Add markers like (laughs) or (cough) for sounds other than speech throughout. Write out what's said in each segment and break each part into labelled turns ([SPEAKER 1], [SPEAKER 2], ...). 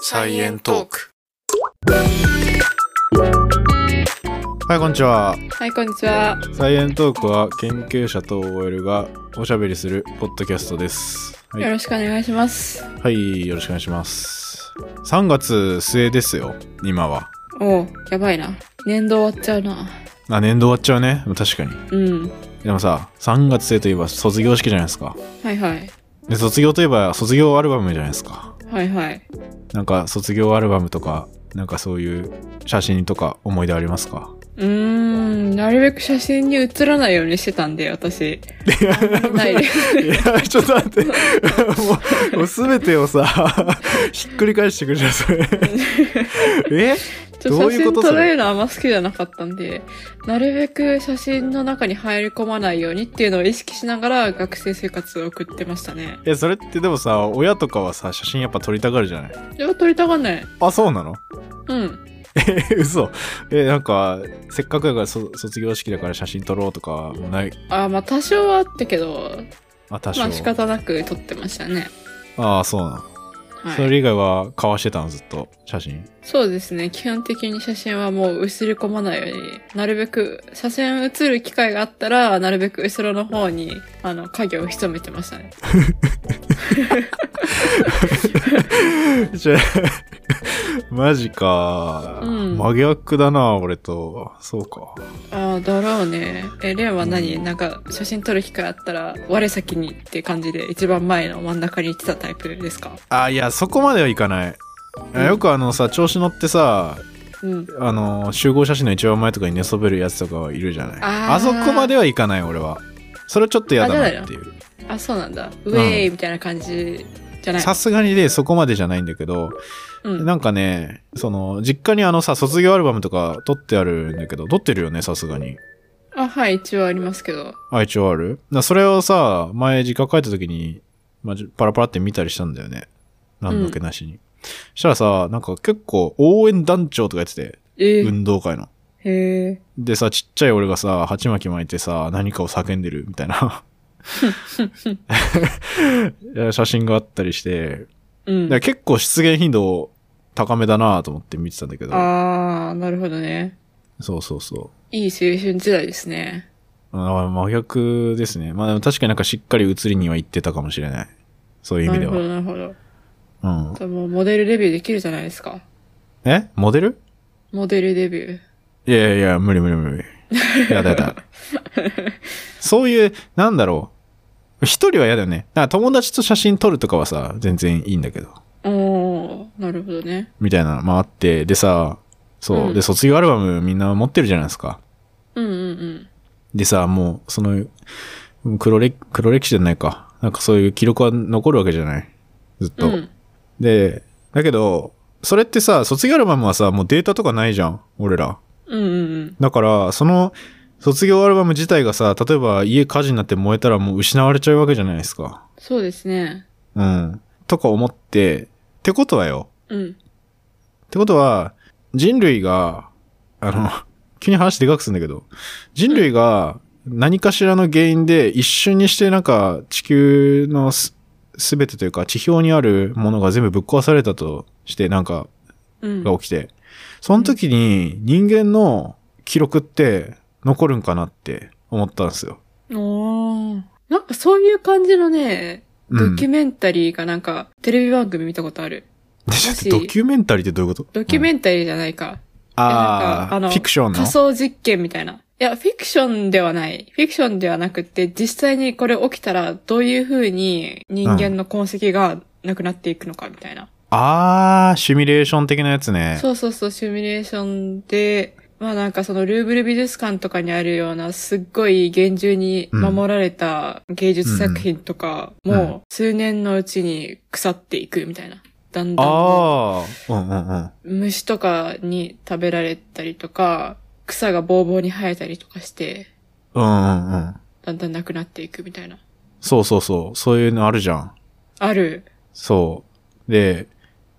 [SPEAKER 1] サイエントーク。
[SPEAKER 2] はい、こんにちは。
[SPEAKER 1] はい、こんにちは。
[SPEAKER 2] サイエントークは研究者と OL がおしゃべりするポッドキャストです。は
[SPEAKER 1] よ
[SPEAKER 2] い、
[SPEAKER 1] ろしくお願いします。
[SPEAKER 2] はいよろしくお願いします。3月末ですよ、今は。
[SPEAKER 1] おう、やばいな。年度終わっちゃうな。
[SPEAKER 2] あ、年度終わっちゃうね。確かに。
[SPEAKER 1] うん。
[SPEAKER 2] でもさ、3月末といえば卒業式じゃないですか。
[SPEAKER 1] はいはい。
[SPEAKER 2] で、卒業といえば卒業アルバムじゃないですか。
[SPEAKER 1] はいはい。
[SPEAKER 2] なんか卒業アルバムとか、なんかそういう写真とか思い出ありますか
[SPEAKER 1] うーん、なるべく写真に写らないようにしてたんで、 (laughs) 私。ないで。
[SPEAKER 2] いや、ちょっと待って。もう、もう全てをさ、ひっくり返してくれじゃん、それ。え
[SPEAKER 1] ちょっ
[SPEAKER 2] ど
[SPEAKER 1] と
[SPEAKER 2] うい
[SPEAKER 1] 写
[SPEAKER 2] うこ
[SPEAKER 1] 真
[SPEAKER 2] と
[SPEAKER 1] 撮
[SPEAKER 2] それ
[SPEAKER 1] られるのあんま好きじゃなかったんで、なるべく写真の中に入り込まないようにっていうのを意識しながら学生生活を送ってましたね。
[SPEAKER 2] え、それってでもさ、親とかはさ、写真やっぱ撮りたがるじゃない
[SPEAKER 1] でも撮りたがんない。
[SPEAKER 2] あ、そうなの
[SPEAKER 1] うん。
[SPEAKER 2] え、嘘。え、なんか、せっかくだからそ卒業式だから写真撮ろうとか、もうない。
[SPEAKER 1] あ、まあ多少はあったけど、
[SPEAKER 2] あ、多少。
[SPEAKER 1] まあ仕方なく撮ってましたね。
[SPEAKER 2] ああ、そうなの。
[SPEAKER 1] はい。
[SPEAKER 2] それ以外は、かわしてたの、ずっと、写真。
[SPEAKER 1] そうですね。基本的に写真はもう映り込まないように、なるべく、写真写る機会があったら、なるべく後ろの方に、あの、影を潜めてましたね。
[SPEAKER 2] じゃあマジか、
[SPEAKER 1] うん
[SPEAKER 2] 真逆だな、俺と。そうか。
[SPEAKER 1] ああ、だろうね。え、レンは何なんか、写真撮る機会あったら、我先にって感じで、一番前の真ん中に行ってたタイプですか
[SPEAKER 2] あいやそこまではいかない、
[SPEAKER 1] う
[SPEAKER 2] あ
[SPEAKER 1] ん
[SPEAKER 2] よくあのさ調子乗ってさ
[SPEAKER 1] うん。
[SPEAKER 2] あの集合写真の一番前とかに寝そべるやつとかはいるじゃない
[SPEAKER 1] あ
[SPEAKER 2] あ
[SPEAKER 1] ー
[SPEAKER 2] そこまではいかない俺はそれちょっと嫌だなっていう
[SPEAKER 1] あ、そうなんだ。ウェーイみたいな感じじゃない。
[SPEAKER 2] さすがにねそこまでじゃないんだけど、
[SPEAKER 1] うん。
[SPEAKER 2] なんかねその実家にあのさ卒業アルバムとか撮ってあるんだけど撮ってるよねさすがに
[SPEAKER 1] あ、はい、一応ありますけど。
[SPEAKER 2] あ一応あるだそれをさ前実家帰った時に、まあ、じパラパラって見たりしたんだよね何の気なしに、したらさなんか結構応援団長とかやってて
[SPEAKER 1] えー
[SPEAKER 2] 運動会の
[SPEAKER 1] へえ。
[SPEAKER 2] でさ、ちっちゃい俺がさ、鉢巻き巻いてさ、何かを叫んでるみたいな。
[SPEAKER 1] (laughs)
[SPEAKER 2] いや写真があったりして、
[SPEAKER 1] うん
[SPEAKER 2] だから。結構出現頻度高めだなと思って見てたんだけど、
[SPEAKER 1] ああ、なるほどね。
[SPEAKER 2] そうそうそう。
[SPEAKER 1] いい青春時代ですね。
[SPEAKER 2] あ真逆ですね。まあでも確かになんかしっかり写りには行ってたかもしれない。そういう意味で
[SPEAKER 1] な
[SPEAKER 2] は。
[SPEAKER 1] るほど、なるほ
[SPEAKER 2] うん
[SPEAKER 1] ど。。じゃあもうモデルデビューできるじゃないですか。
[SPEAKER 2] えモデル
[SPEAKER 1] モデルデビュー。
[SPEAKER 2] いやいやいや、無理無理無理。やだや
[SPEAKER 1] (laughs)
[SPEAKER 2] だ。そういう、なんだろう。一人は嫌だよね。だから友達と写真撮るとかはさ、全然いいんだけど。
[SPEAKER 1] おー、なるほどね。
[SPEAKER 2] みたいなのもあって、でさ、そう、
[SPEAKER 1] うん
[SPEAKER 2] で、卒業アルバムみんな持ってるじゃないですか。
[SPEAKER 1] うんうん
[SPEAKER 2] でさ、もう、その、黒歴、黒歴史じゃないか。なんかそういう記録は残るわけじゃない。ずっ
[SPEAKER 1] う
[SPEAKER 2] と。
[SPEAKER 1] ん。うん。
[SPEAKER 2] で、だけど、それってさ、卒業アルバムはさ、もうデータとかないじゃん。俺ら。
[SPEAKER 1] うんうんうん。
[SPEAKER 2] だから、その、卒業アルバム自体がさ、例えば家火事になって燃えたらもう失われちゃうわけじゃないですか。
[SPEAKER 1] そうですね。
[SPEAKER 2] うん。とか思って、ってことはよ。
[SPEAKER 1] うん。
[SPEAKER 2] ってことは、人類が、あの、 (laughs) 急に話でかくするんだけど、人類が何かしらの原因で一瞬にしてなんか地球のすすべてというか地表にあるものが全部ぶっ壊されたとしてなんか
[SPEAKER 1] うん。
[SPEAKER 2] が起きて、その時に人間の記録って残るんかなって思ったんですよ。
[SPEAKER 1] おー。なんかそういう感じのね、
[SPEAKER 2] う
[SPEAKER 1] ド
[SPEAKER 2] ん。
[SPEAKER 1] キュメンタリーがなんか、テレビ番組見たことある。
[SPEAKER 2] でちょっとドキュメンタリーってどういうこと
[SPEAKER 1] ドキュ
[SPEAKER 2] ン、
[SPEAKER 1] メンタリーじゃないか。
[SPEAKER 2] うん
[SPEAKER 1] なん
[SPEAKER 2] あ
[SPEAKER 1] か
[SPEAKER 2] あ、
[SPEAKER 1] あの
[SPEAKER 2] フィクションの
[SPEAKER 1] 仮。想実験みたいな。いや、フィクションではない。フィクションではなくて、実際にこれ起きたら、どういう風に人間の痕跡がなくなっていくのかみたいな。
[SPEAKER 2] ああ、シミュレーション的なやつね。
[SPEAKER 1] そうそうそう、シミュレーションで、まあなんかそのルーブル美術館とかにあるような、すっごい厳重に守られた芸術作品とか
[SPEAKER 2] うんうんう
[SPEAKER 1] も、数年のうちに腐っていくみたいな。だんだんこう
[SPEAKER 2] ああ、うんうんうん。
[SPEAKER 1] 虫とかに食べられたりとか、草がボーボーに生えたりとかして、
[SPEAKER 2] うんうんうん。
[SPEAKER 1] だんだんなくなっていくみたいな。
[SPEAKER 2] そうそうそう。そういうのあるじゃん。
[SPEAKER 1] ある。
[SPEAKER 2] そう。で、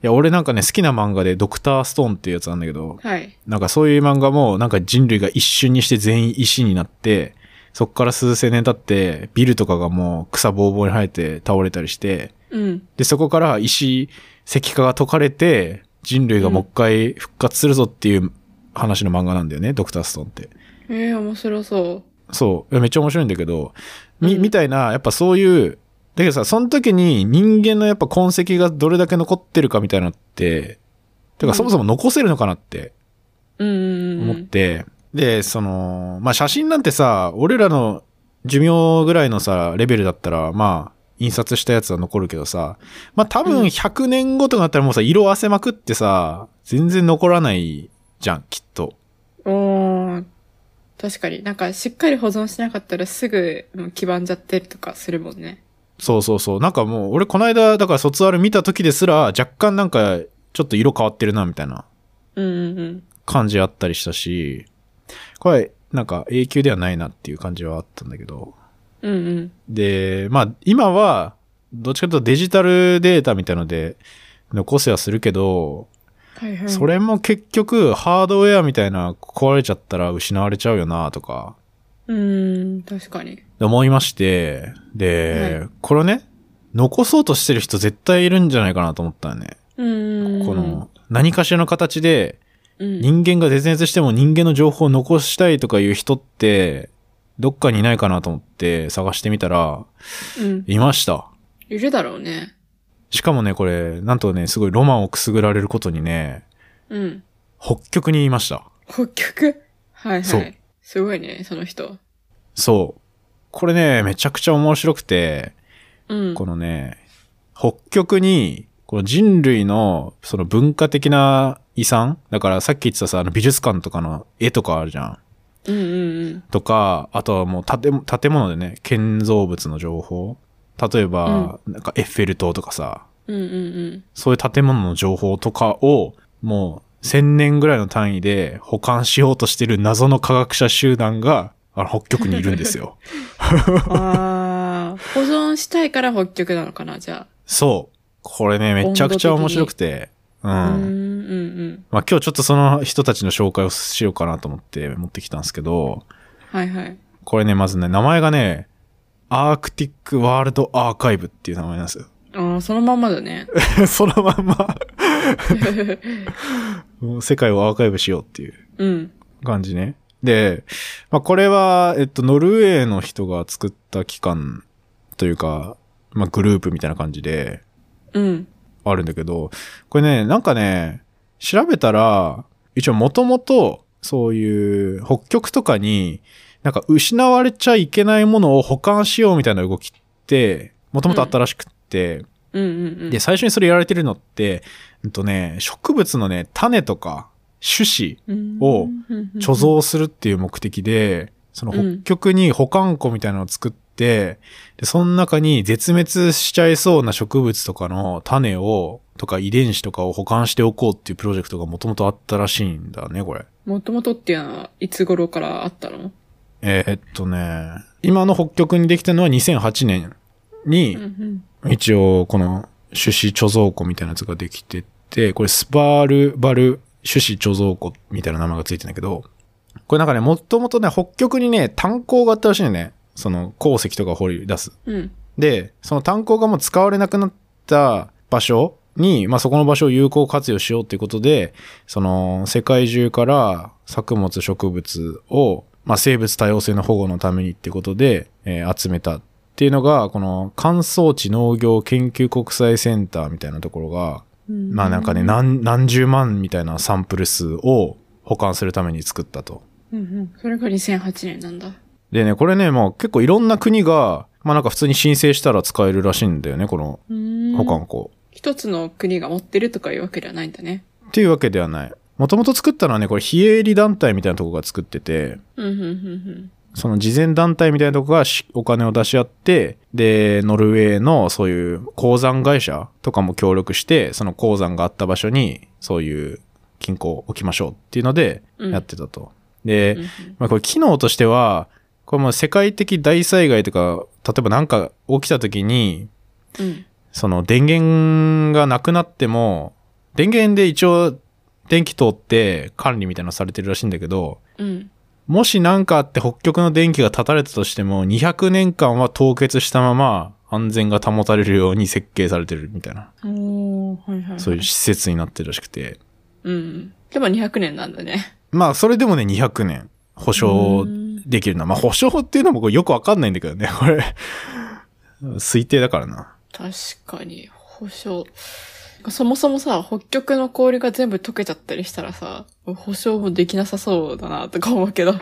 [SPEAKER 2] いや、俺なんかね、好きな漫画でドクターストーンっていうやつなんだけど、
[SPEAKER 1] はい。
[SPEAKER 2] なんかそういう漫画も、なんか人類が一瞬にして全員石になって、そっから数千年経って、ビルとかがもう草ぼうぼうに生えて倒れたりして、
[SPEAKER 1] うん。
[SPEAKER 2] で、そこから石、石化が解かれて、人類がもう一回復活するぞっていう話の漫画なんだよね、ドクターストーンって。
[SPEAKER 1] ええ面白そ
[SPEAKER 2] そう。めっちゃ面白いんだけど、み、
[SPEAKER 1] うん
[SPEAKER 2] みたいな、やっぱそういう、だけどさ、その時に人間のやっぱ痕跡がどれだけ残ってるかみたいなのって、て
[SPEAKER 1] う
[SPEAKER 2] か
[SPEAKER 1] ん
[SPEAKER 2] そもそも残せるのかなって
[SPEAKER 1] う。うんうんうん。
[SPEAKER 2] 思って、で、その、まあ、写真なんてさ、俺らの寿命ぐらいのさ、レベルだったら、まあ、印刷したやつは残るけどさ、まあ、多
[SPEAKER 1] う
[SPEAKER 2] 分
[SPEAKER 1] ん
[SPEAKER 2] 100年後とかだったらもうさ、色あせまくってさ、全然残らないじゃん、きっと。
[SPEAKER 1] おー確かに。なんか、しっかり保存しなかったらすぐ、もう黄ばんじゃってるとかするもんね。
[SPEAKER 2] そうそうそう。なんかもう、俺この間、だから卒アル見た時ですら、若干なんか、ちょっと色変わってるな、みたいな
[SPEAKER 1] うんうんうん。
[SPEAKER 2] 感じあったりしたし、これ、なんか永久ではないなっていう感じはあったんだけど。
[SPEAKER 1] うんうん。
[SPEAKER 2] で、まあ、今は、どっちかというとデジタルデータみたいので残せはするけど、
[SPEAKER 1] はいはい。
[SPEAKER 2] それも結局ハードウェアみたいな壊れちゃったら失われちゃうよなとか
[SPEAKER 1] うーん、確かに。
[SPEAKER 2] 思いまして、で、これをね、残そうとしてる人絶対いるんじゃないかなと思ったよね。
[SPEAKER 1] うーん。
[SPEAKER 2] この何かしらの形で
[SPEAKER 1] うん、
[SPEAKER 2] 人間が絶滅しても人間の情報を残したいとかいう人ってどっかにいないかなと思って探してみたら、
[SPEAKER 1] うん。
[SPEAKER 2] いました。
[SPEAKER 1] いるだろうね。
[SPEAKER 2] しかもね、これ、なんとね、すごいロマンをくすぐられることにね、
[SPEAKER 1] うん。
[SPEAKER 2] 北極にいました。
[SPEAKER 1] 北極はいはい。
[SPEAKER 2] そう
[SPEAKER 1] すごいね、その人。
[SPEAKER 2] そう。これね、めちゃくちゃ面白くて、
[SPEAKER 1] うん。
[SPEAKER 2] このね、北極に、この人類の、その文化的な遺産だからさっき言ってたさ、あの美術館とかの絵とかあるじゃん。
[SPEAKER 1] うんうんうん。
[SPEAKER 2] とか、あとはもう建物建物でね、建造物の情報。例えば、なんかエッフェル塔とかさ、
[SPEAKER 1] うんうん
[SPEAKER 2] そういう建物の情報とかを、もう、千年ぐらいの単位で保管しようとしてる謎の科学者集団が、あの、北極にいるんですよ。
[SPEAKER 1] うん。ああ、
[SPEAKER 2] (laughs)
[SPEAKER 1] 保存したいから北極なのかな、じゃ
[SPEAKER 2] そう。これね、めちゃくちゃ面白くて。うん。
[SPEAKER 1] あ。うーん、うんうん。
[SPEAKER 2] まあ、今日ちょっとその人たちの紹介をしようかなと思って持ってきたんですけど、
[SPEAKER 1] はいはい。
[SPEAKER 2] これね、まずね、名前がね、アークティックワールドアーカイブっていう名前なんですよ。
[SPEAKER 1] ああ、そのまんまだね。
[SPEAKER 2] (laughs) そのまんまもう世界をアーカイブしようっていう。
[SPEAKER 1] うん。
[SPEAKER 2] 感じね。で、まあ、これは、えっと、ノルウェーの人が作った機関というか、まあ、グループみたいな感じで
[SPEAKER 1] うん。
[SPEAKER 2] あるんだけど、これね、なんかね、調べたら、一応もともと、そういう北極とかに、なんか失われちゃいけないものを保管しようみたいな動きって、もともとあったらしくって、
[SPEAKER 1] うんうんうん。
[SPEAKER 2] で、最初にそれやられてるのって、うんとね、植物のね、種とか、種子を貯
[SPEAKER 1] ぞ
[SPEAKER 2] 蔵するっていう目的で、その
[SPEAKER 1] うん
[SPEAKER 2] 北極に保管庫みたいなのを作って、で、その中に絶滅しちゃいそうな植物とかの種を、とか遺伝子とかを保管しておこうっていうプロジェクトがもともとあったらしいんだね、これ。
[SPEAKER 1] もともとっていうのは、いつ頃からあったの
[SPEAKER 2] えーえっとね、今の北極にできたのは2008年
[SPEAKER 1] うんう
[SPEAKER 2] に、
[SPEAKER 1] ん。
[SPEAKER 2] 一応この種子貯蔵庫みたいなやつができてて、これスパールバル種子貯蔵庫みたいな名前がついてんだけど、これなんかね、もともとね、北極にね、炭鉱があったらしいよね。その鉱石とかを掘り出す。
[SPEAKER 1] うん。
[SPEAKER 2] で、その炭鉱がもう使われなくなった場所に、まあ、そこの場所を有効活用しようっていうことで、その世界中から作物、植物を、まあ、生物多様性の保護のためにってことで、えー集めたっていうのが、この乾燥地農業研究国際センターみたいなところが、まあなんかね、何、何十万みたいなサンプル数を保管するために作ったと。
[SPEAKER 1] うんうん。それが2008年なんだ。
[SPEAKER 2] でね、これね、もう結構いろんな国が、まあなんか普通に申請したら使えるらしいんだよね、この
[SPEAKER 1] 保
[SPEAKER 2] 保管庫。
[SPEAKER 1] 一つの国が持ってるとかいうわけではないんだね。
[SPEAKER 2] っていうわけではない。もともと作ったのはね、これ非営利団体みたいなとこが作ってて、
[SPEAKER 1] うん、うん、うん、
[SPEAKER 2] その事前団体みたいなとこがしお金を出し合って、で、ノルウェーのそういう鉱山会社とかも協力して、その鉱山があった場所に、そういう金庫を置きましょうっていうので、
[SPEAKER 1] うん
[SPEAKER 2] やってたと。で、
[SPEAKER 1] うん。
[SPEAKER 2] まあ、これ機能としては、これもう世界的大災害とか、例えばなんか起きた時に、
[SPEAKER 1] うん。
[SPEAKER 2] その電源がなくなっても、電源で一応電気通って管理みたいなのされてるらしいんだけど、
[SPEAKER 1] うん。
[SPEAKER 2] もし何かあって北極の電気が断たれたとしても、200年間は凍結したまま安全が保たれるように設計されてるみたいな、
[SPEAKER 1] おー、はいはい、はい。
[SPEAKER 2] そういう施設になってるらしくて。
[SPEAKER 1] うん。でも200年なんだね。
[SPEAKER 2] まあ、それでもね、200年保証
[SPEAKER 1] うん
[SPEAKER 2] できるな。まあ、保証っていうのもこれよくわかんないんだけどね、これ。 (laughs) 推定だからな。
[SPEAKER 1] 確かに、保証。そもそもさ、北極の氷が全部溶けちゃったりしたらさ、保証もできなさそうだなとか思うけど、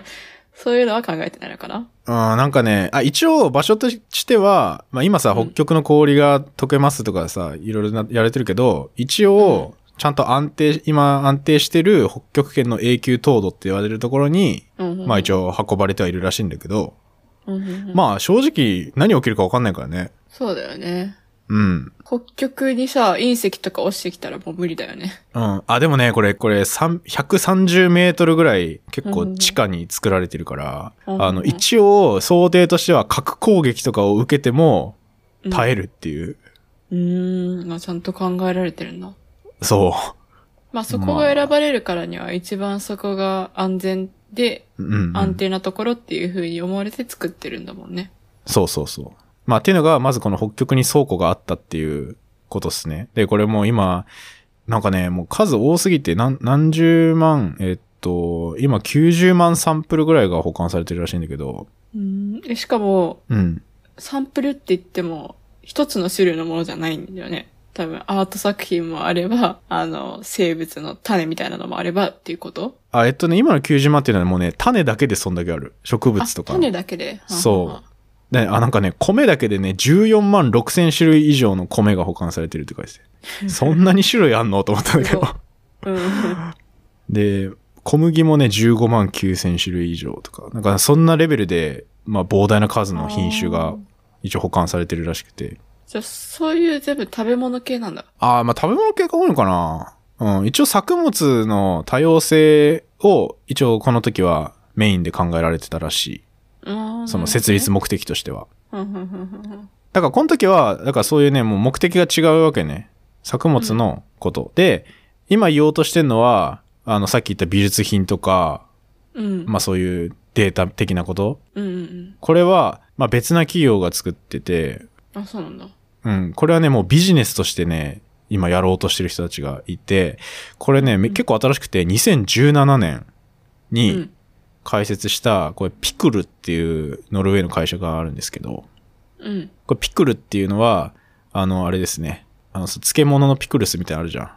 [SPEAKER 1] そういうのは考えてないのかな
[SPEAKER 2] うん、なんかね、あ、一応場所としては、まあ今さ、
[SPEAKER 1] うん
[SPEAKER 2] 北極の氷が溶けますとかさ、いろいろなやれてるけど、一応、ちゃんと安定、今安定してる北極圏の永久凍土って言われるところに、
[SPEAKER 1] うん。
[SPEAKER 2] まあ一
[SPEAKER 1] 応。
[SPEAKER 2] 応運ばれてはいるらしいんだけど、
[SPEAKER 1] うんうんうん、
[SPEAKER 2] まあ正直何起きるかわかんないからね。
[SPEAKER 1] そうだよね。
[SPEAKER 2] うん。
[SPEAKER 1] 北極にさ、隕石とか落ちてきたらもう無理だよね。
[SPEAKER 2] うん。あ、でもね、これ、これ、三130メートルぐらい結構地下に作られてるから、
[SPEAKER 1] うん
[SPEAKER 2] あの、一応想定としては核攻撃とかを受けても耐えるっていう。
[SPEAKER 1] うーん、まあちゃんと考えられてるんだ。
[SPEAKER 2] そ
[SPEAKER 1] まあそこが選ばれるからには一番そこが安全で
[SPEAKER 2] う。うん、うん。
[SPEAKER 1] 安定なところっていう風に思われて作ってるんだもんね。
[SPEAKER 2] そうそうそう。まあ、っていうのが、まずこの北極に倉庫があったっていうことですね。で、これもう今、なんかね、もう数多すぎて、何、何十万、えっと、今90万サンプルぐらいが保管されてるらしいんだけど、
[SPEAKER 1] うん、でしかも
[SPEAKER 2] うん。
[SPEAKER 1] サンプルって言っても一つの種類のものじゃないんだよね。多分アート作品もあれば、あの、生物の種みたいなのもあればっていうこと
[SPEAKER 2] あ、えっとね、今の90万っていうのはもうね、種だけでそんだけある。植物とか。
[SPEAKER 1] あ種だけで。
[SPEAKER 2] そうね、あ、なんかね、米だけでね、14万6千種類以上の米が保管されてるって書いて
[SPEAKER 1] (laughs)
[SPEAKER 2] て。そんなに種類あんのと思ったんだけど
[SPEAKER 1] す。う。うん。
[SPEAKER 2] で、小麦もね、15万9千種類以上とか。なんかそんなレベルで、まあ膨大な数の品種
[SPEAKER 1] あ
[SPEAKER 2] が
[SPEAKER 1] ー
[SPEAKER 2] 一応保管されてるらしくて。
[SPEAKER 1] じゃあ、そういう全部食べ物系なんだ。
[SPEAKER 2] ああ、まあ食べ物系が多いのかな。うん、一応作物の多様性を一応この時はメインで考えられてたらしい。その設立
[SPEAKER 1] も。
[SPEAKER 2] 目的としては。
[SPEAKER 1] うんうんうんうん
[SPEAKER 2] だからこの時は、だからそういうね、もう目的が違うわけね。作物のこと。で、今言おうとしてるのは、あの、さっき言った美術品とか、
[SPEAKER 1] うん。
[SPEAKER 2] まあそういうデータ的なこと。
[SPEAKER 1] うんうん
[SPEAKER 2] これは、まあ別な企業が作ってて、
[SPEAKER 1] うん。あ、そうなんだ。
[SPEAKER 2] うん、これはね、もうビジネスとしてね、今やろうとしてる人たちがいて、これね、め結構新しくて、2017年
[SPEAKER 1] う
[SPEAKER 2] に
[SPEAKER 1] ん。
[SPEAKER 2] 開設した、これピクルっていうノルウェーの会社があるんですけど、
[SPEAKER 1] うん。
[SPEAKER 2] これピクルっていうのは、あの、あれですね。あの、そう漬物のピクルスみたいなのあるじゃん。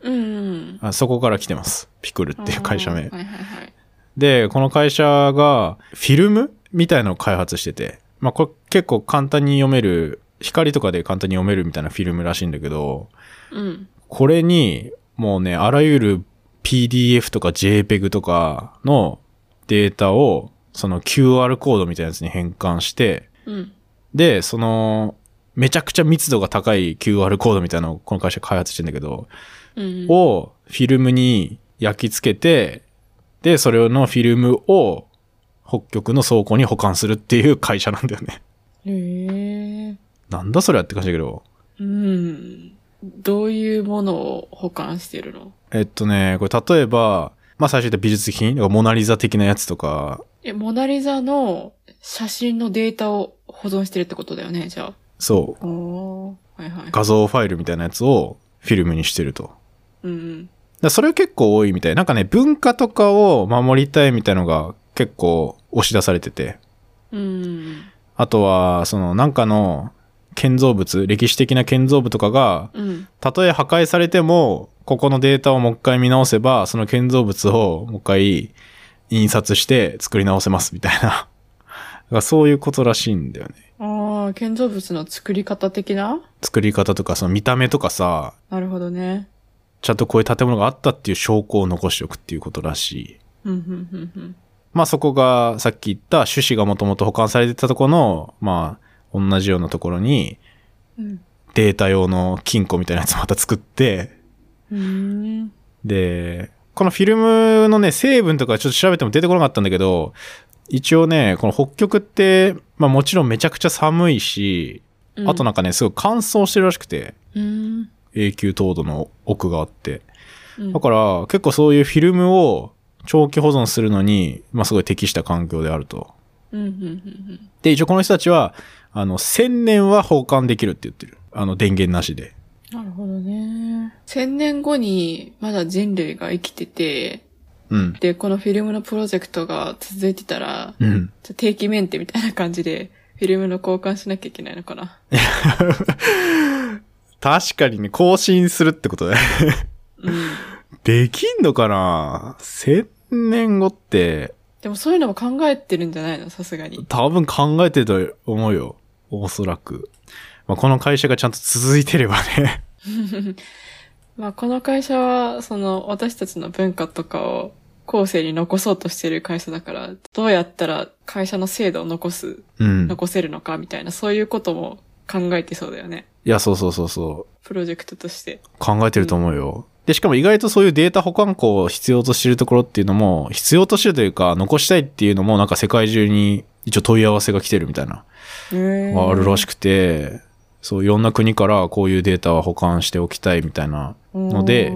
[SPEAKER 1] うんうん。
[SPEAKER 2] あそこから来てます。ピクルっていう会社
[SPEAKER 1] あ
[SPEAKER 2] 名
[SPEAKER 1] ー。はいはいはい。
[SPEAKER 2] で、この会社がフィルムみたいのを開発してて。まあ、これ結構簡単に読める、光とかで簡単に読めるみたいなフィルムらしいんだけど、
[SPEAKER 1] うん。
[SPEAKER 2] これに、もうね、あらゆる PDF とか JPEG とかのデータを、その QR コードみたいなやつに変換して、
[SPEAKER 1] うん。
[SPEAKER 2] で、その、めちゃくちゃ密度が高い QR コードみたいなのをこの会社開発してんだけど、
[SPEAKER 1] うん。
[SPEAKER 2] をフィルムに焼き付けて、で、それのフィルムを北極の倉庫に保管するっていう会社なんだよね。
[SPEAKER 1] へえ。
[SPEAKER 2] (laughs) なんだそれはって感じだけど。
[SPEAKER 1] うん。どういうものを保管してるの
[SPEAKER 2] えっとね、これ例えば、まあ最初言った美術品、モナリザ的なやつとか、
[SPEAKER 1] え、モナリザの写真のデータを保存してるってことだよね、じゃ
[SPEAKER 2] そ、。
[SPEAKER 1] あ。おー。はいはいう
[SPEAKER 2] 画像ファイルみたいなやつをフィルムにしてると。
[SPEAKER 1] うん
[SPEAKER 2] だからそれ結構多いみたい。なんかね、文化とかを守りたいみたいのが結構押し出されてて。
[SPEAKER 1] うん。うん。
[SPEAKER 2] あとは、その、なんかの建造物、歴史的な建造物とかが、
[SPEAKER 1] うん。
[SPEAKER 2] たとえ破壊されても、ここのデータをもう一回見直せば、その建造物をもう一回印刷して作り直せますみたいな。だ (laughs) からそういうことらしいんだよね。
[SPEAKER 1] ああ、建造物の作り方的な
[SPEAKER 2] 作り方とか、その見た目とかさ、
[SPEAKER 1] なるほどね。
[SPEAKER 2] ちゃんとこういう建物があったっていう証拠を残しておくっていうことらしい。
[SPEAKER 1] うん、うん、うん、うん。
[SPEAKER 2] まあそこがさっき言った種子がもともと保管されてたところの、まあ同じようなところに
[SPEAKER 1] うん
[SPEAKER 2] データ用の金庫みたいなやつまた作って、
[SPEAKER 1] うーん。
[SPEAKER 2] で、このフィルムのね、成分とかちょっと調べても出てこなかったんだけど、一応ね、この北極って、まあもちろんめちゃくちゃ寒いし、
[SPEAKER 1] うん
[SPEAKER 2] あとなんかね、すごい乾燥してるらしくて、
[SPEAKER 1] うん。
[SPEAKER 2] 永久凍土の奥があって。
[SPEAKER 1] うん
[SPEAKER 2] だから結構そういうフィルムを長期保存するのに、まあすごい適した環境であると。
[SPEAKER 1] うんうんうん
[SPEAKER 2] で、一応この人たちは、あの、1000年は保管できるって言ってる。あの、電源なしで。
[SPEAKER 1] なるほどね。千年後にまだ人類が生きてて、
[SPEAKER 2] うん。 (laughs)
[SPEAKER 1] で、このフィルムのプロジェクトが続いてたら、
[SPEAKER 2] うん。
[SPEAKER 1] じゃあ定期メンテみたいな感じで、フィルムの交換しなきゃいけないのかな。
[SPEAKER 2] 確かにね、更新するってことだよね。
[SPEAKER 1] うん。
[SPEAKER 2] できんのかな ?1000 年後って、
[SPEAKER 1] でもそういうのも考えてるんじゃないのさすがに。
[SPEAKER 2] 多分考えてたと思うよ。おそらく。まあ、この会社がちゃんと続いてればね。
[SPEAKER 1] まあ、この会社は、その、私たちの文化とかを後世に残そうとしている会社だから、どうやったら会社の制度を残す、
[SPEAKER 2] うん。
[SPEAKER 1] 残せるのかみたいな、そういうことも考えてそうだよね。
[SPEAKER 2] いや、そうそうそうそう。
[SPEAKER 1] プロジェクトとして。
[SPEAKER 2] 考えてると思うよ。で、しかも意外とそういうデータ保管庫を必要としてるところっていうのも、必要としてるというか、残したいっていうのも、なんか世界中に一応問い合わせが来てるみたいな、があるらし
[SPEAKER 1] く
[SPEAKER 2] くて、そう、いろんな国からこういうデータは保管しておきたいみたいな。ので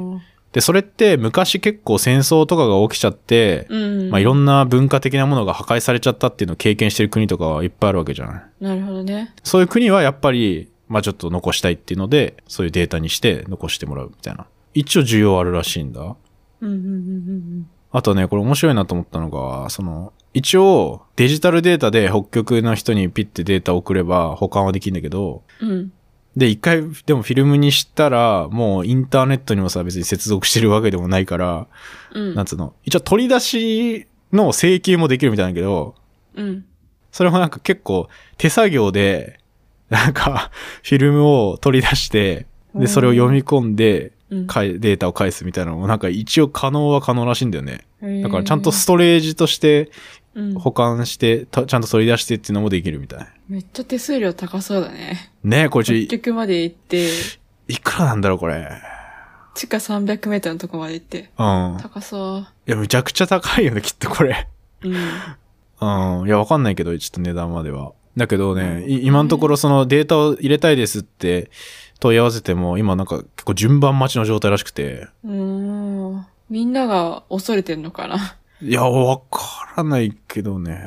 [SPEAKER 2] で、それって昔結構戦争とかが起きちゃって、
[SPEAKER 1] うん。
[SPEAKER 2] まあ、いろんな文化的なものが破壊されちゃったっていうのを経験してる国とかはいっぱいあるわけじゃない。
[SPEAKER 1] なるほどね。
[SPEAKER 2] そういう国はやっぱり、まあちょっと残したいっていうので、そういうデータにして残してもらうみたいな。一応需要あるらしいんだ。
[SPEAKER 1] うんうんうん
[SPEAKER 2] あとね、これ面白いなと思ったのが、その、一応デジタルデータで北極の人にピッてデータ送れば保管はできるんだけど、
[SPEAKER 1] うんうん。うん。
[SPEAKER 2] で、一回でもフィルムにしたら、もうインターネットにもさ、別に接続してるわけでもないから、
[SPEAKER 1] うん。
[SPEAKER 2] なんつうの、一応取り出しの請求もできるみたいなんだけど、
[SPEAKER 1] うん。
[SPEAKER 2] それもなんか結構手作業で、なんかフィルムを取り出して、
[SPEAKER 1] うん
[SPEAKER 2] で、それを読み込んで、
[SPEAKER 1] うん。
[SPEAKER 2] かいデータを返すみたいなのもなんか一応可能は可能らしいんだよね。だからちゃんとス
[SPEAKER 1] へ
[SPEAKER 2] トレージとして
[SPEAKER 1] ー、うん
[SPEAKER 2] 保管して、たちゃんと取り出してっていうのもできるみたい。
[SPEAKER 1] めっちゃ手数料高そうだね。
[SPEAKER 2] ねえ、これちょ
[SPEAKER 1] 結
[SPEAKER 2] い、
[SPEAKER 1] 局まで行って、
[SPEAKER 2] いくらなんだろう、これ。
[SPEAKER 1] 地下300メートルのとこまで行って。
[SPEAKER 2] うん。
[SPEAKER 1] 高そう。
[SPEAKER 2] いや、むちゃくちゃ高いよね、きっとこれ。
[SPEAKER 1] うん。
[SPEAKER 2] うん。いや、わかんないけど、ちょっと値段までは。だけどね、い今のところそのデータを入れたいですって問い合わせても、今なんか結構順番待ちの状態らしくて。
[SPEAKER 1] うーん。みんなが恐れてんのかな (laughs)
[SPEAKER 2] いや、わからないけどね。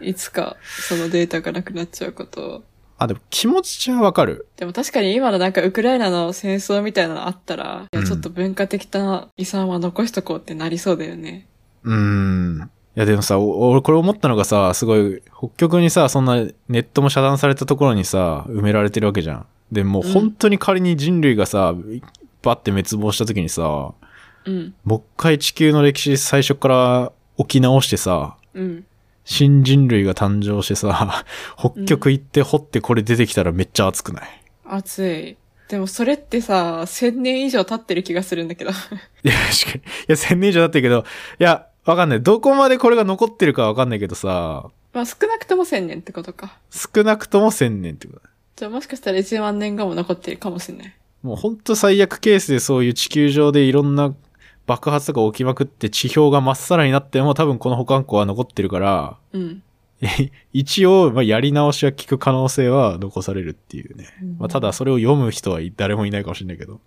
[SPEAKER 1] いつか、そのデータがなくなっちゃうことを。
[SPEAKER 2] あ、でも気持ちはわかる。
[SPEAKER 1] でも確かに今のなんかウクライナの戦争みたいなのあったら、いや
[SPEAKER 2] うん
[SPEAKER 1] ちょっと文化的な遺産は残しとこうってなりそうだよね。
[SPEAKER 2] うーん。いや、でもさ、お俺これ思ったのがさ、すごい、北極にさ、そんなネットも遮断されたところにさ、埋められてるわけじゃん。で、もう
[SPEAKER 1] うん
[SPEAKER 2] 本当に仮に人類がさ、バッて滅亡した時にさ、
[SPEAKER 1] うん。
[SPEAKER 2] もう一回地球の歴史最初から起き直してさ、
[SPEAKER 1] うん。
[SPEAKER 2] 新人類が誕生してさ、 (laughs) 北極行って掘ってこれ出てきたらめっちゃ熱くない、
[SPEAKER 1] 熱い。でもそれってさ、千年以上経ってる気がするんだけど。 (laughs)
[SPEAKER 2] いや、確かに。いや、1000年以上だったけど、いや、わかんない。どこまでこれが残ってるかわかんないけどさ、
[SPEAKER 1] まあ少なくとも千年ってことか。
[SPEAKER 2] 少なくとも1000年ってことだ。
[SPEAKER 1] じゃあもしかしたら1万年後も残ってるかもしれない。
[SPEAKER 2] もうほんと最悪ケースでそういう地球上でいろんな爆発とか起きまくって地表がまっさらになっても多分この保管庫は残ってるから、 (laughs)
[SPEAKER 1] うん。
[SPEAKER 2] え一応、まあ、やり直しは聞く可能性は残されるっていうね。まあ、ただそれを読む人はい誰もいないかもしれないけど。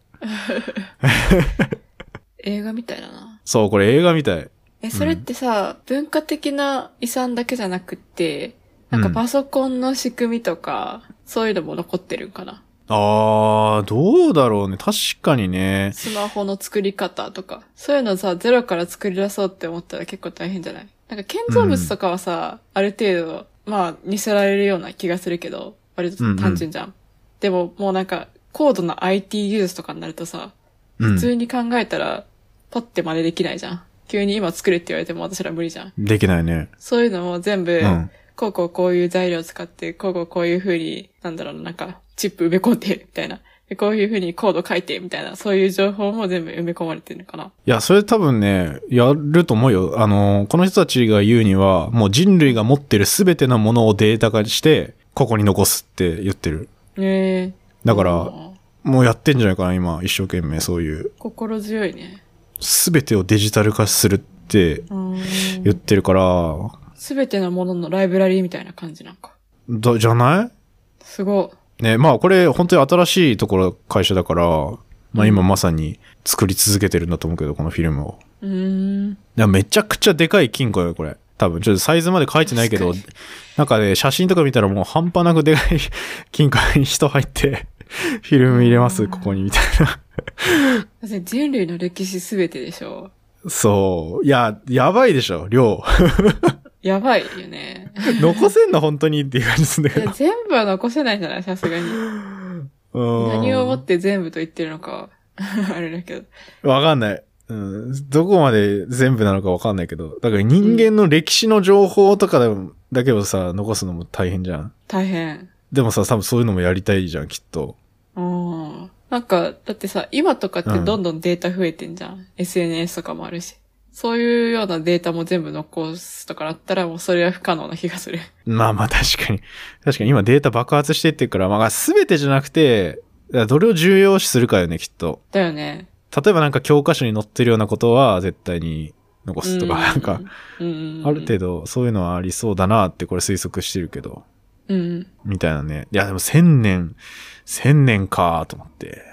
[SPEAKER 1] 映画みたいだな。
[SPEAKER 2] そう、これ映画みたい。
[SPEAKER 1] え、それってさ、文化的な遺産だけじゃなくって、なん
[SPEAKER 2] う
[SPEAKER 1] か
[SPEAKER 2] ん
[SPEAKER 1] パソコンの仕組みとか、そういうのも残ってるんかな。
[SPEAKER 2] あー、どうだろうね。確かにね。
[SPEAKER 1] スマホの作り方とか、そういうのさ、ゼロから作り出そうって思ったら結構大変じゃないなんか建造物とかはさ、ある程度、まあ、似せられるような気がするけど、割と単純じゃん。でも、もうなんか、高度な IT 技術とかになるとさ、
[SPEAKER 2] う
[SPEAKER 1] 普通
[SPEAKER 2] ん。
[SPEAKER 1] に考えたら、パッて真似できないじゃん。急に今作れって言われても私ら無理じゃん。
[SPEAKER 2] できないね。
[SPEAKER 1] そういうのも全部、
[SPEAKER 2] うん。
[SPEAKER 1] こうこうこういう材料を使って、こうこうこういう風に、なんだろうな、なんか、チップ埋め込んで、み (laughs) たいな。で、こういう風にコード書いて、みたいな、そういう情報も全部埋め込まれてるのかな。
[SPEAKER 2] いや、それ多分ね、やると思うよ。あの、この人たちが言うには、もう人類が持ってる全てのものをデータ化して、ここに残すって言ってる。
[SPEAKER 1] ええ
[SPEAKER 2] だから
[SPEAKER 1] うん
[SPEAKER 2] もうやってんじゃないかな、今、一生懸命そういう。
[SPEAKER 1] 心強いね。
[SPEAKER 2] 全てをデジタル化するって言ってるから、
[SPEAKER 1] すべてのもののライブラリーみたいな感じなんか。
[SPEAKER 2] だ、じゃない
[SPEAKER 1] すご
[SPEAKER 2] ね、まあこれ本当に新しいところ、会社だから、まあ今まさに作り続けてるんだと思うけど、このフィルムを。
[SPEAKER 1] い。うーん。
[SPEAKER 2] いやめちゃくちゃでかい金庫よ、これ。多分、ちょっとサイズまで書いてないけど
[SPEAKER 1] 確か、
[SPEAKER 2] なんかね、写真とか見たらもう半端なくでかい (laughs) 金塊に人入って、フィルム入れます、ここに、みたい
[SPEAKER 1] だって人類の歴史すべてでしょ。
[SPEAKER 2] な。そう。いや、やばいでしょ、量。
[SPEAKER 1] やばいよね。
[SPEAKER 2] 残せんの、本当にっていう感じするんだ
[SPEAKER 1] い
[SPEAKER 2] け
[SPEAKER 1] や
[SPEAKER 2] ど。 (laughs)
[SPEAKER 1] 全部は残せないじゃないさすがに。
[SPEAKER 2] うん
[SPEAKER 1] 何をもって全部と言ってるのか (laughs) はあれだけど。
[SPEAKER 2] わかんない。うん。どこまで全部なのかわかんないけど。だから人間の歴史の情報とかでもだけどさ、残すのも大変じゃん。
[SPEAKER 1] 大変。
[SPEAKER 2] でもさ、多分そういうのもやりたいじゃん、きっと。
[SPEAKER 1] うん。なんか、だってさ、今とかってどんどんデータ増えてんじゃん。SNS とかもあるし。そういうようなデータも全部残すとかだったらもうそれは不可能な気がする。 (laughs)
[SPEAKER 2] まあまあ確かに。確かに今データ爆発していってるから、まあ全てじゃなくて、だからどれを重要視するかよね、きっと。
[SPEAKER 1] だよね。
[SPEAKER 2] 例えばなんか教科書に載ってるようなことは絶対に残すとか、
[SPEAKER 1] う
[SPEAKER 2] なんか、、
[SPEAKER 1] うんうんうん、
[SPEAKER 2] ある程度そういうのはありそうだなってこれ推測してるけど、
[SPEAKER 1] 度。うん。
[SPEAKER 2] みたいなね。いやでも千年、千年かと思って。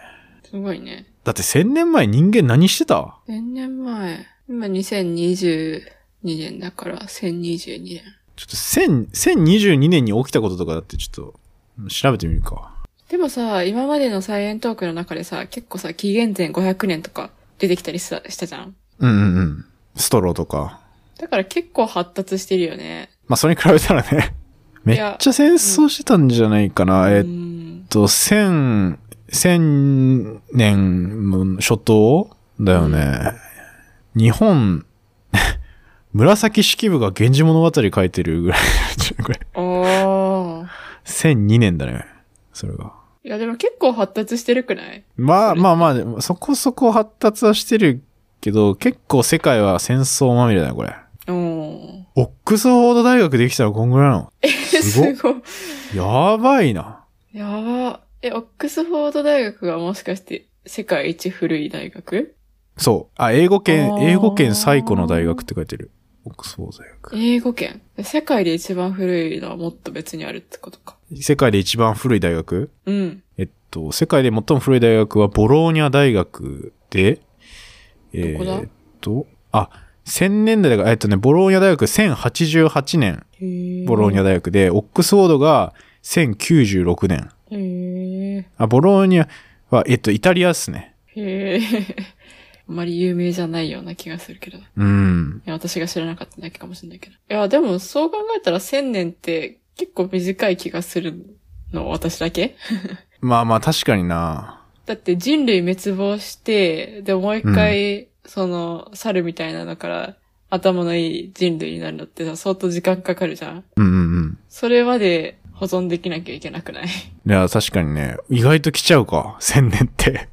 [SPEAKER 1] すごいね。
[SPEAKER 2] だって1000年前人間何してた
[SPEAKER 1] 千年前。今2022年だから、1022年。
[SPEAKER 2] ちょっと1000 1022年に起きたこととかだってちょっと調べてみるか。
[SPEAKER 1] でもさ、今までのサイエントークの中でさ、結構さ、紀元前500年とか出てきたりしたしたじゃん。
[SPEAKER 2] うんうんうん。ストローとか。
[SPEAKER 1] だから結構発達してるよね。
[SPEAKER 2] まあそれに比べたらね、 (laughs) めっちゃ戦争してたんじゃないかな。え
[SPEAKER 1] う
[SPEAKER 2] っ
[SPEAKER 1] ん。
[SPEAKER 2] と、1000、1000年の初頭だよね。日本、 (laughs) 紫式部が源氏物語書いてるぐらい。ちょこれ、
[SPEAKER 1] ああ。
[SPEAKER 2] 1002年だね。それが。
[SPEAKER 1] いやでも結構発達してるくない
[SPEAKER 2] まあ
[SPEAKER 1] それ
[SPEAKER 2] まあまあでも、そこそこ発達はしてるけど、結構世界は戦争まみれだよ、これ。
[SPEAKER 1] おー。
[SPEAKER 2] オックスフォード大学できたらこんぐらいなの。す
[SPEAKER 1] す
[SPEAKER 2] ご
[SPEAKER 1] ご
[SPEAKER 2] っ
[SPEAKER 1] い。
[SPEAKER 2] やばいな。
[SPEAKER 1] やば。え、オックスフォード大学がもしかして世界一古い大学
[SPEAKER 2] そう。あ、英語
[SPEAKER 1] あ
[SPEAKER 2] 圏、
[SPEAKER 1] ー
[SPEAKER 2] 英語圏最古の大学って書いてる。オックスフォード大学。
[SPEAKER 1] 英語圏。世界で一番古いのはもっと別にあるってことか。
[SPEAKER 2] 世界で一番古い大学
[SPEAKER 1] うん。
[SPEAKER 2] えっと、世界で最も古い大学はボローニャ大学で、え
[SPEAKER 1] どこだ
[SPEAKER 2] ーっと、あ、1000年代だから、えっとね、ボローニャ大学1088年、ボ
[SPEAKER 1] ボ
[SPEAKER 2] ローニャ大学で、オックスフォードが1096年。
[SPEAKER 1] へえ。
[SPEAKER 2] あ、ボローニャは、えっと、イタリアですね。
[SPEAKER 1] へえ。 (laughs) あんまり有名じゃないような気がするけど。い
[SPEAKER 2] うん。
[SPEAKER 1] や、私が知らなかっただけかもしれないけど。いや、でもそう考えたら1000年って結構短い気がするの、私だけ
[SPEAKER 2] まあまあ、確かにな。
[SPEAKER 1] だって人類滅亡して、で、もう一回、その、猿みたいなのから頭のいい人類になるのってさ、相当時間かかるじゃん。
[SPEAKER 2] うんうんうん。
[SPEAKER 1] それまで保存できなきゃいけなくない
[SPEAKER 2] いや、確かにね、意外と来ちゃうか、1000年って。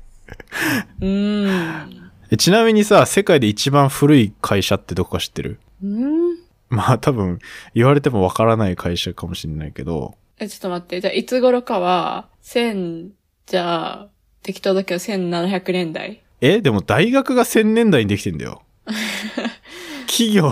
[SPEAKER 1] うーん。
[SPEAKER 2] えちなみにさ、世界で一番古い会社ってどこか知ってる
[SPEAKER 1] うん
[SPEAKER 2] まあ多分、言われてもわからない会社かもしれないけど、
[SPEAKER 1] え、ちょっと待って。じゃあ、いつ頃かは、千、じゃあ、適当だけど1700年代
[SPEAKER 2] え、でも大学が1000年代にできてんだ (laughs) よ。企業、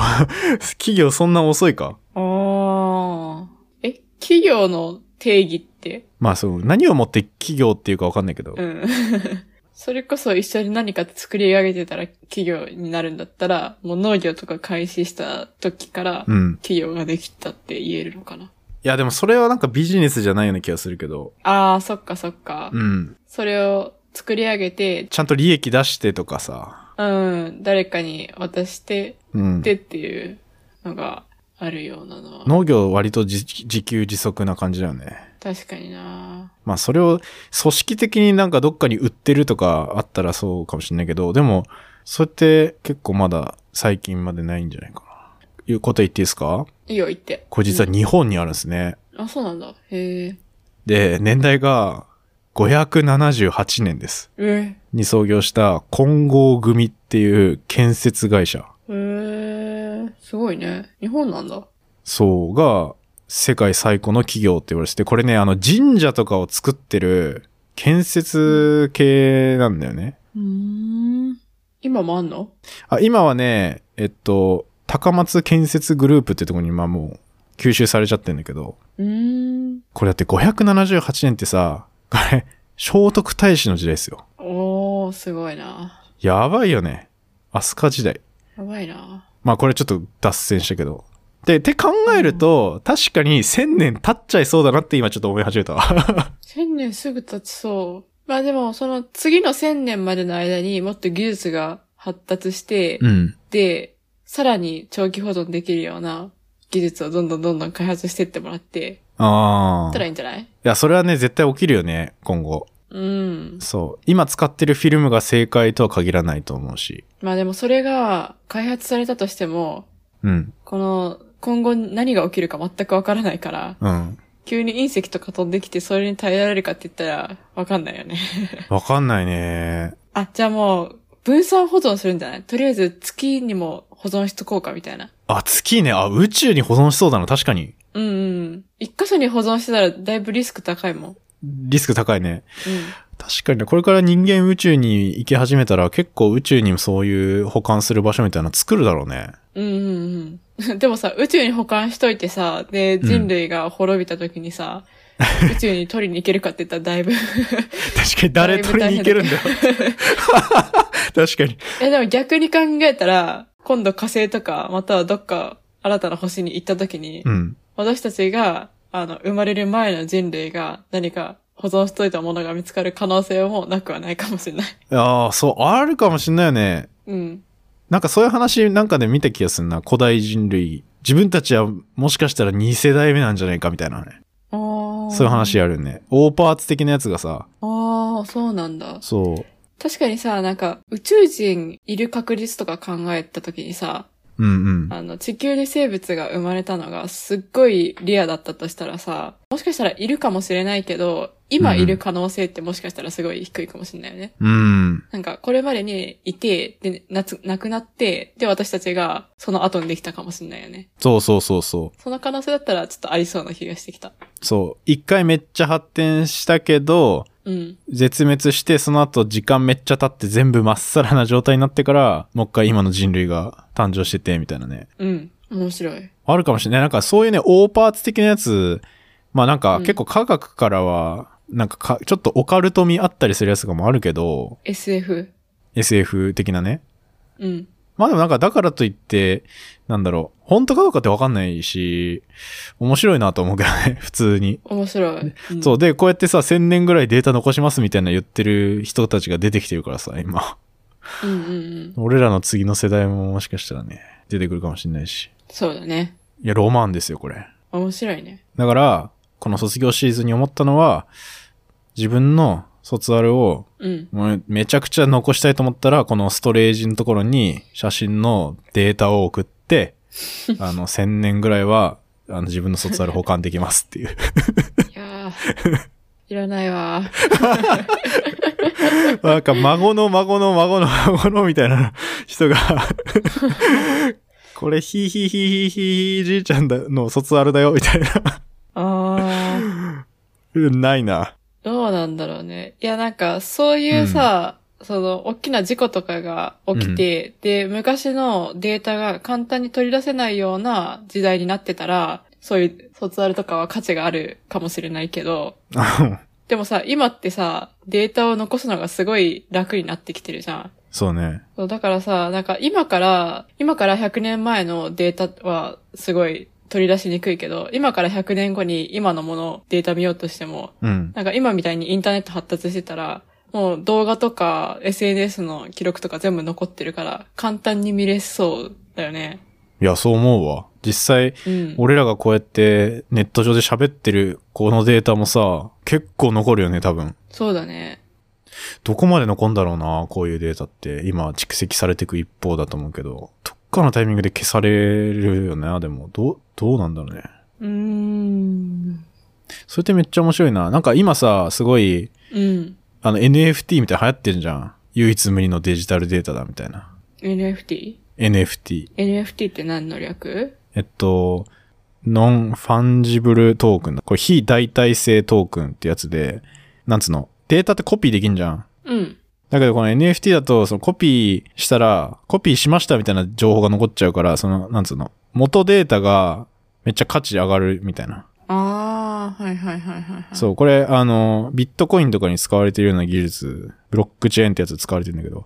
[SPEAKER 2] 企業そんな遅いか
[SPEAKER 1] ああ。え、企業の定義って
[SPEAKER 2] まあそう、何をもって企業っていうかわかんないけど、
[SPEAKER 1] うん。 (laughs) それこそ一緒に何か作り上げてたら企業になるんだったら、もう農業とか開始した時から
[SPEAKER 2] うん。
[SPEAKER 1] 企業ができたって言えるのかな。
[SPEAKER 2] いやでもそれはなんかビジネスじゃないような気がするけど、
[SPEAKER 1] ああ、そっかそっか。
[SPEAKER 2] うん。
[SPEAKER 1] それを作り上げて、
[SPEAKER 2] ちゃんと利益出してとかさ、
[SPEAKER 1] うん、誰かに渡して
[SPEAKER 2] うん
[SPEAKER 1] っ。てっていうのがあるようなのは。
[SPEAKER 2] 農業割と自自給自足な感じだよね。
[SPEAKER 1] 確かにな
[SPEAKER 2] まあそれを組織的になんかどっかに売ってるとかあったらそうかもしれないけど、でも、それって結構まだ最近までないんじゃないかな。いうこと言っていいですか
[SPEAKER 1] いいよ、言って。
[SPEAKER 2] これ実は
[SPEAKER 1] うん
[SPEAKER 2] 日本にあるんですね。
[SPEAKER 1] あ、そうなんだ。へえ。
[SPEAKER 2] で、年代が578年です。
[SPEAKER 1] え
[SPEAKER 2] に創業した金剛組っていう建設会社。
[SPEAKER 1] えー。すごいね。日本なんだ。
[SPEAKER 2] そうが、世界最古の企業って言われてて、これね、あの神社とかを作ってる建設系なんだよね。
[SPEAKER 1] うーん。今もあんの
[SPEAKER 2] あ、今はね、えっと、高松建設グループってとこに、まあもう、吸収されちゃってんだけど、
[SPEAKER 1] うーん。
[SPEAKER 2] これだって578年ってさ、これ、聖徳太子の時代ですよ。
[SPEAKER 1] おー、すごいな。
[SPEAKER 2] やばいよね。飛鳥時代。
[SPEAKER 1] やばいな。
[SPEAKER 2] まあこれちょっと脱線したけど。で、って考えると、確かに1000年経っちゃいそうだなって今ちょっと思い始めたわ。
[SPEAKER 1] 千年すぐ経ちそう。まあでも、その次の千年までの間にもっと技術が発達して、
[SPEAKER 2] うん。
[SPEAKER 1] で、さらに長期保存できるような技術をどんどんどんどん開発してってもらって、
[SPEAKER 2] あ
[SPEAKER 1] やっ
[SPEAKER 2] あ
[SPEAKER 1] た。らいいんじゃない
[SPEAKER 2] いや、それはね、絶対起きるよね、今後。
[SPEAKER 1] うん。
[SPEAKER 2] そう。今使ってるフィルムが正解とは限らないと思うし。
[SPEAKER 1] まあでもそれが開発されたとしても、
[SPEAKER 2] うん。
[SPEAKER 1] この今後何が起きるか全くわからないから、
[SPEAKER 2] うん。
[SPEAKER 1] 急に隕石とか飛んできてそれに耐えられるかって言ったらわかんないよね。
[SPEAKER 2] わかんないね。
[SPEAKER 1] あ、じゃあもう分散保存するんじゃないとりあえず月にも保存しとこうかみたいな。
[SPEAKER 2] あ、月ね。あ、宇宙に保存しそうだな。確かに。
[SPEAKER 1] うんうん。一箇所に保存してたらだいぶリスク高いもん。うん。
[SPEAKER 2] リスク高いね。確かにね、これから人間宇宙に行き始めたら結構宇宙にもそういう保管する場所みたいなの作るだろうね。
[SPEAKER 1] うんうんうん。 (laughs) でもさ、宇宙に保管しといてさ、で、
[SPEAKER 2] うん
[SPEAKER 1] 人類が滅びた時にさ、宇宙に取りに行けるかって言ったらだいぶ。 (laughs)
[SPEAKER 2] 確かに誰取りに行けるんだよ。 (laughs) 確かに。
[SPEAKER 1] え、でも逆に考えたら、今度火星とか、またはどっか新たな星に行った時に、
[SPEAKER 2] うん。
[SPEAKER 1] 私たちが、あの、生まれる前の人類が何か保存しといたものが見つかる可能性もなくはないかもしれない。
[SPEAKER 2] ああ、そう、あるかもしんないよね。
[SPEAKER 1] うん。
[SPEAKER 2] なんかそういう話なんかで見た気がするな。古代人類。自分たちはもしかしたら2世代目なんじゃないかみたいなね。そういう話
[SPEAKER 1] や。
[SPEAKER 2] あるよね。大パーツ的なやつがさ、
[SPEAKER 1] ああ、そうなんだ。
[SPEAKER 2] そ
[SPEAKER 1] 確かにさ、なんか、宇宙人いる確率とか考えた時にさ、
[SPEAKER 2] う。うんうん。
[SPEAKER 1] あの、地球に生物が生まれたのがすっごいリアだったとしたらさ、もしかしたらいるかもしれないけど、今いる可能性ってもしかしたらすごい低いかもしれないよね。
[SPEAKER 2] うん。
[SPEAKER 1] なんか、これまでにいて、で、なつ、亡くなって、で、私たちがその後にできたかもしれないよね。
[SPEAKER 2] そうそうそうそう。
[SPEAKER 1] その可能性だったらちょっとありそうな気がしてきた。
[SPEAKER 2] そう。一回めっちゃ発展したけど、
[SPEAKER 1] うん。
[SPEAKER 2] 絶滅して、その後時間めっちゃ経って全部まっさらな状態になってから、もう一回今の人類が誕生してて、みたいなね。
[SPEAKER 1] うん。面白い。
[SPEAKER 2] あるかもしれない。なんかそういうね、大パーツ的なやつ、まあなんか
[SPEAKER 1] うん
[SPEAKER 2] 結構科学からは、なんかかちょっとオカルト味あったりするやつとかもあるけど、
[SPEAKER 1] SF。
[SPEAKER 2] SF 的なね。
[SPEAKER 1] うん。
[SPEAKER 2] まあでもなんかだからといって、なんだろう、本当かどうかってわかんないし、面白いなと思うけどね、 (laughs) 普通に。
[SPEAKER 1] 面白い。うん
[SPEAKER 2] そう。で、こうやってさ、1000年ぐらいデータ残しますみたいな言ってる人たちが出てきてるからさ、今。 (laughs)
[SPEAKER 1] うんうんうん。
[SPEAKER 2] 俺らの次の世代ももしかしたらね、出てくるかもしれないし。
[SPEAKER 1] そうだね。
[SPEAKER 2] いや、ロマンですよ、これ。
[SPEAKER 1] 面白いね。
[SPEAKER 2] だから、この卒業シーズンに思ったのは、自分の卒アルを、
[SPEAKER 1] うん。
[SPEAKER 2] もうめちゃくちゃ残したいと思ったら、このストレージのところに写真のデータを送って、あの、1000年ぐらいは、あの、自分の卒アル保管できますっていう。
[SPEAKER 1] いやー。
[SPEAKER 2] (laughs)
[SPEAKER 1] いらないわー。
[SPEAKER 2] なんか孫の孫の孫の孫のみたいな人が、これひいひいひいひいひいじいちゃんだの卒アルだよみたいな。
[SPEAKER 1] あー。
[SPEAKER 2] うんないな。
[SPEAKER 1] どうなんだろうね。いや、なんか、そういうさ、その、大きな事故とかが起きて、で、昔のデータが簡単に取り出せないような時代になってたら、そういう卒アルとかは価値があるかもしれないけど、でもさ、今ってさ、データを残すのがすごい楽になってきてるじゃん。
[SPEAKER 2] そうね。
[SPEAKER 1] そうだからさ、なんか今から、今から100年前のデータはすごい取り出しにくいけど、今から100年後に今のもの、データ見ようとしても、
[SPEAKER 2] うん。
[SPEAKER 1] なんか今みたいにインターネット発達してたら、もう動画とか SNS の記録とか全部残ってるから、簡単に見れそうだよね。
[SPEAKER 2] いや、そう思うわ。実際、
[SPEAKER 1] うん。
[SPEAKER 2] 俺らがこうやってネット上で喋ってるこのデータもさ、結構残るよね、多分。
[SPEAKER 1] そうだね。
[SPEAKER 2] どこまで残んだろうな、こういうデータって。今、蓄積されていく一方だと思うけど。どっかのタイミングで消されるよね、でも。どう、どうなんだろうね。
[SPEAKER 1] うーん。
[SPEAKER 2] それってめっちゃ面白いな。なんか今さ、すごい、
[SPEAKER 1] うん。
[SPEAKER 2] あの NFT みたいなの流行ってんじゃん。唯一無二のデジタルデータだみたいな。
[SPEAKER 1] NFT?NFT
[SPEAKER 2] NFT。
[SPEAKER 1] NFT って何の略
[SPEAKER 2] えっと、ノンファンジブルトークンだ。これ非代替性トークンってやつで、なんつうの、データってコピーできんじゃん。
[SPEAKER 1] うん。
[SPEAKER 2] だけどこの NFT だと、そのコピーしたら、コピーしましたみたいな情報が残っちゃうから、その、なんつうの、元データがめっちゃ価値上がるみたいな。
[SPEAKER 1] あー、はいはいはいはい、はい。
[SPEAKER 2] そう、これ、あの、ビットコインとかに使われてるような技術、ブロックチェーンってやつ使われてるんだけど、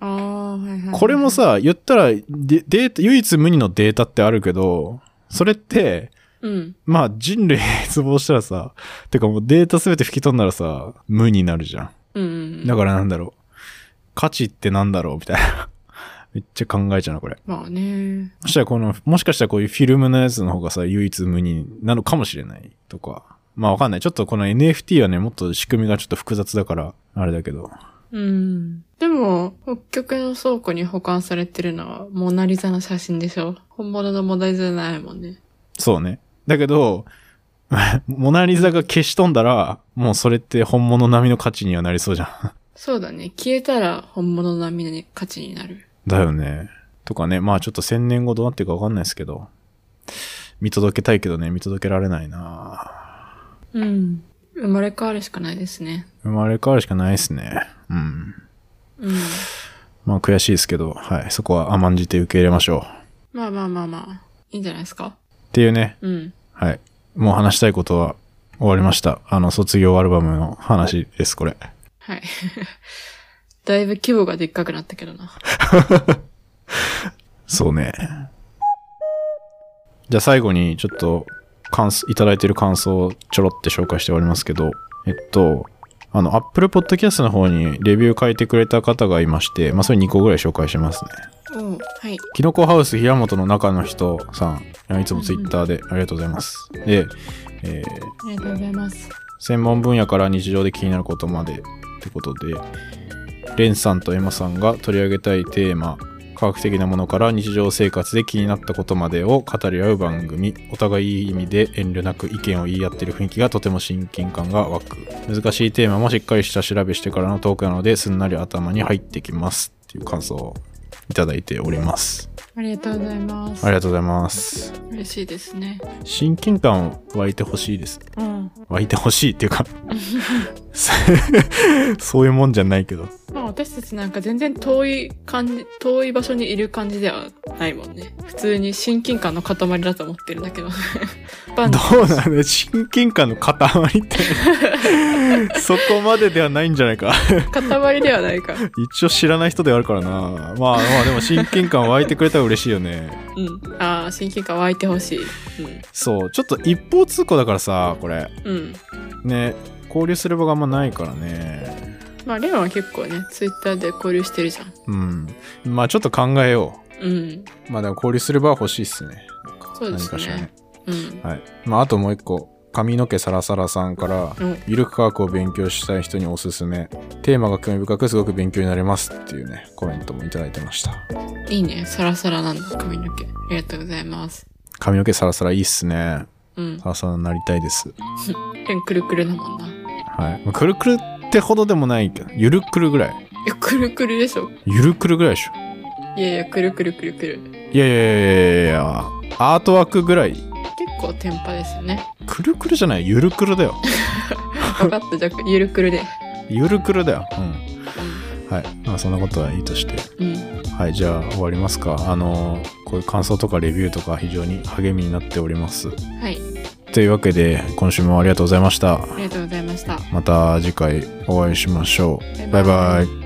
[SPEAKER 1] あー、はいはいはい。
[SPEAKER 2] これも、さ、言ったらデ、データ、唯一無二のデータってあるけど、それって、
[SPEAKER 1] うん。
[SPEAKER 2] まあ人類滅亡したらさ、てかもうデータ全て吹き飛んだらさ、無になるじゃん。
[SPEAKER 1] うんうん。
[SPEAKER 2] だからなんだろう。価値ってなんだろうみたいな。 (laughs) めっちゃ考えちゃうな、これ。
[SPEAKER 1] まあね。
[SPEAKER 2] そしたらこの、もしかしたらこういうフィルムのやつの方がさ、唯一無二なのかもしれないとか。まあわかんない。ちょっとこの NFT はね、もっと仕組みがちょっと複雑だから、あれだけど。
[SPEAKER 1] うん。でも、北極の倉庫に保管されてるのはモナリザの写真でしょ本物のモナリザじゃないもんね。
[SPEAKER 2] そうね。だけど、 (laughs) モナリザが消し飛んだら、もうそれって本物並みの価値にはなりそうじゃん。
[SPEAKER 1] そうだね。消えたら本物並みの価値になる。
[SPEAKER 2] だよね。とかね、まあちょっと千年後どうなってるかわかんないですけど、見届けたいけどね、見届けられないな
[SPEAKER 1] うん。生まれ変わるしかないですね。
[SPEAKER 2] 生まれ変わるしかないですね。うん。
[SPEAKER 1] うん。
[SPEAKER 2] まあ悔しいですけど、はい、そこは甘んじて受け入れましょう。
[SPEAKER 1] まあまあまあまあ。いいんじゃないですか
[SPEAKER 2] っていうね、
[SPEAKER 1] うん。
[SPEAKER 2] はい。もう話したいことは終わりました。あの、卒業アルバムの話です、これ。
[SPEAKER 1] はい。 (laughs) だいぶ規模がでっかくなったけどな。
[SPEAKER 2] そうね。じゃあ最後にちょっと感想、いただいてる感想をちょろって紹介しておりますけど、えっと、あの、Apple Podcast の方にレビュー書いてくれた方がいまして、まあそれ2個ぐらい紹介しますね。
[SPEAKER 1] おうはい。
[SPEAKER 2] キノコハウス平本の中の人さん、いつも Twitter でありがとうございます。で、えー
[SPEAKER 1] ありがとうございます。
[SPEAKER 2] 専門分野から日常で気になることまでってことでレンさんとエマさんが取り上げたいテーマ科学的なものから日常生活で気になったことまでを語り合う番組お互いいい意味で遠慮なく意見を言い合ってる雰囲気がとても親近感が湧く難しいテーマもしっかりした調べしてからのトークなのですんなり頭に入ってきますっていう感想をいただいております
[SPEAKER 1] ありがとうございます
[SPEAKER 2] あ。りがとうございます
[SPEAKER 1] 嬉しいですね。
[SPEAKER 2] 親近感湧いてほしいです
[SPEAKER 1] うん。
[SPEAKER 2] 湧いてほしいっていうか (laughs) そそういうもんじゃないけど
[SPEAKER 1] まあ私たちなんか全然遠い感じ、遠い場所にいる感じではないもんね。普通に親近感の塊だと思ってるだけど。 (laughs) バン
[SPEAKER 2] どうなの親近感の塊ってそこまでではないんじゃないか
[SPEAKER 1] 塊ではないか。
[SPEAKER 2] 一応知らない人ではあるからなまあまあでも親近感湧いてくれたら嬉しいよね
[SPEAKER 1] うん。ああ、親近感湧いてほしい。
[SPEAKER 2] そうちょっと一方通行だからさこれ
[SPEAKER 1] うん。うん。
[SPEAKER 2] ね交流する場があんまないからね
[SPEAKER 1] まあレオンは結構ね、ツイッターで交流してるじゃん。
[SPEAKER 2] うんまあちょっと考えよ
[SPEAKER 1] うん。
[SPEAKER 2] うまあでも交流する場は欲しいっすね
[SPEAKER 1] そうですねうん。
[SPEAKER 2] はい。まあ、あともう一個。髪の毛サラサラさんから
[SPEAKER 1] うん、
[SPEAKER 2] ゆるく科学を勉強したい人におすすめ。テーマが興味深く、すごく勉強になりますっていうね、コメントもいただいてました。
[SPEAKER 1] いいね。サラサラなんだ、髪の毛。ありがとうございます。
[SPEAKER 2] 髪の毛サラサラいいっすね。
[SPEAKER 1] うん。
[SPEAKER 2] サラサラになりたいです。
[SPEAKER 1] レンくるくるだもんな。い
[SPEAKER 2] はい。まあ、くるくるってほどでもないけど、ゆるくるぐらい。
[SPEAKER 1] や、くるくるでしょ。
[SPEAKER 2] ゆるくるぐらいでしょ。
[SPEAKER 1] いやいや、くるくるくるくる。
[SPEAKER 2] いやいやいやいやいや、アートワークぐらい。
[SPEAKER 1] 結構テンパですよね。
[SPEAKER 2] くるくるじゃない、ゆるくるだよ。
[SPEAKER 1] 分かった、じゃあ、ゆるくるで。
[SPEAKER 2] ゆるくるだよ。うん。はい。まあ、そんなことはいいとして。
[SPEAKER 1] うん。
[SPEAKER 2] はい、じゃあ終わりますか。あの、こういう感想とかレビューとか非常に励みになっております。
[SPEAKER 1] はい。
[SPEAKER 2] というわけで、今週もありがとうございました。
[SPEAKER 1] ありがとうございました。
[SPEAKER 2] また次回お会いしましょう。バイバイ。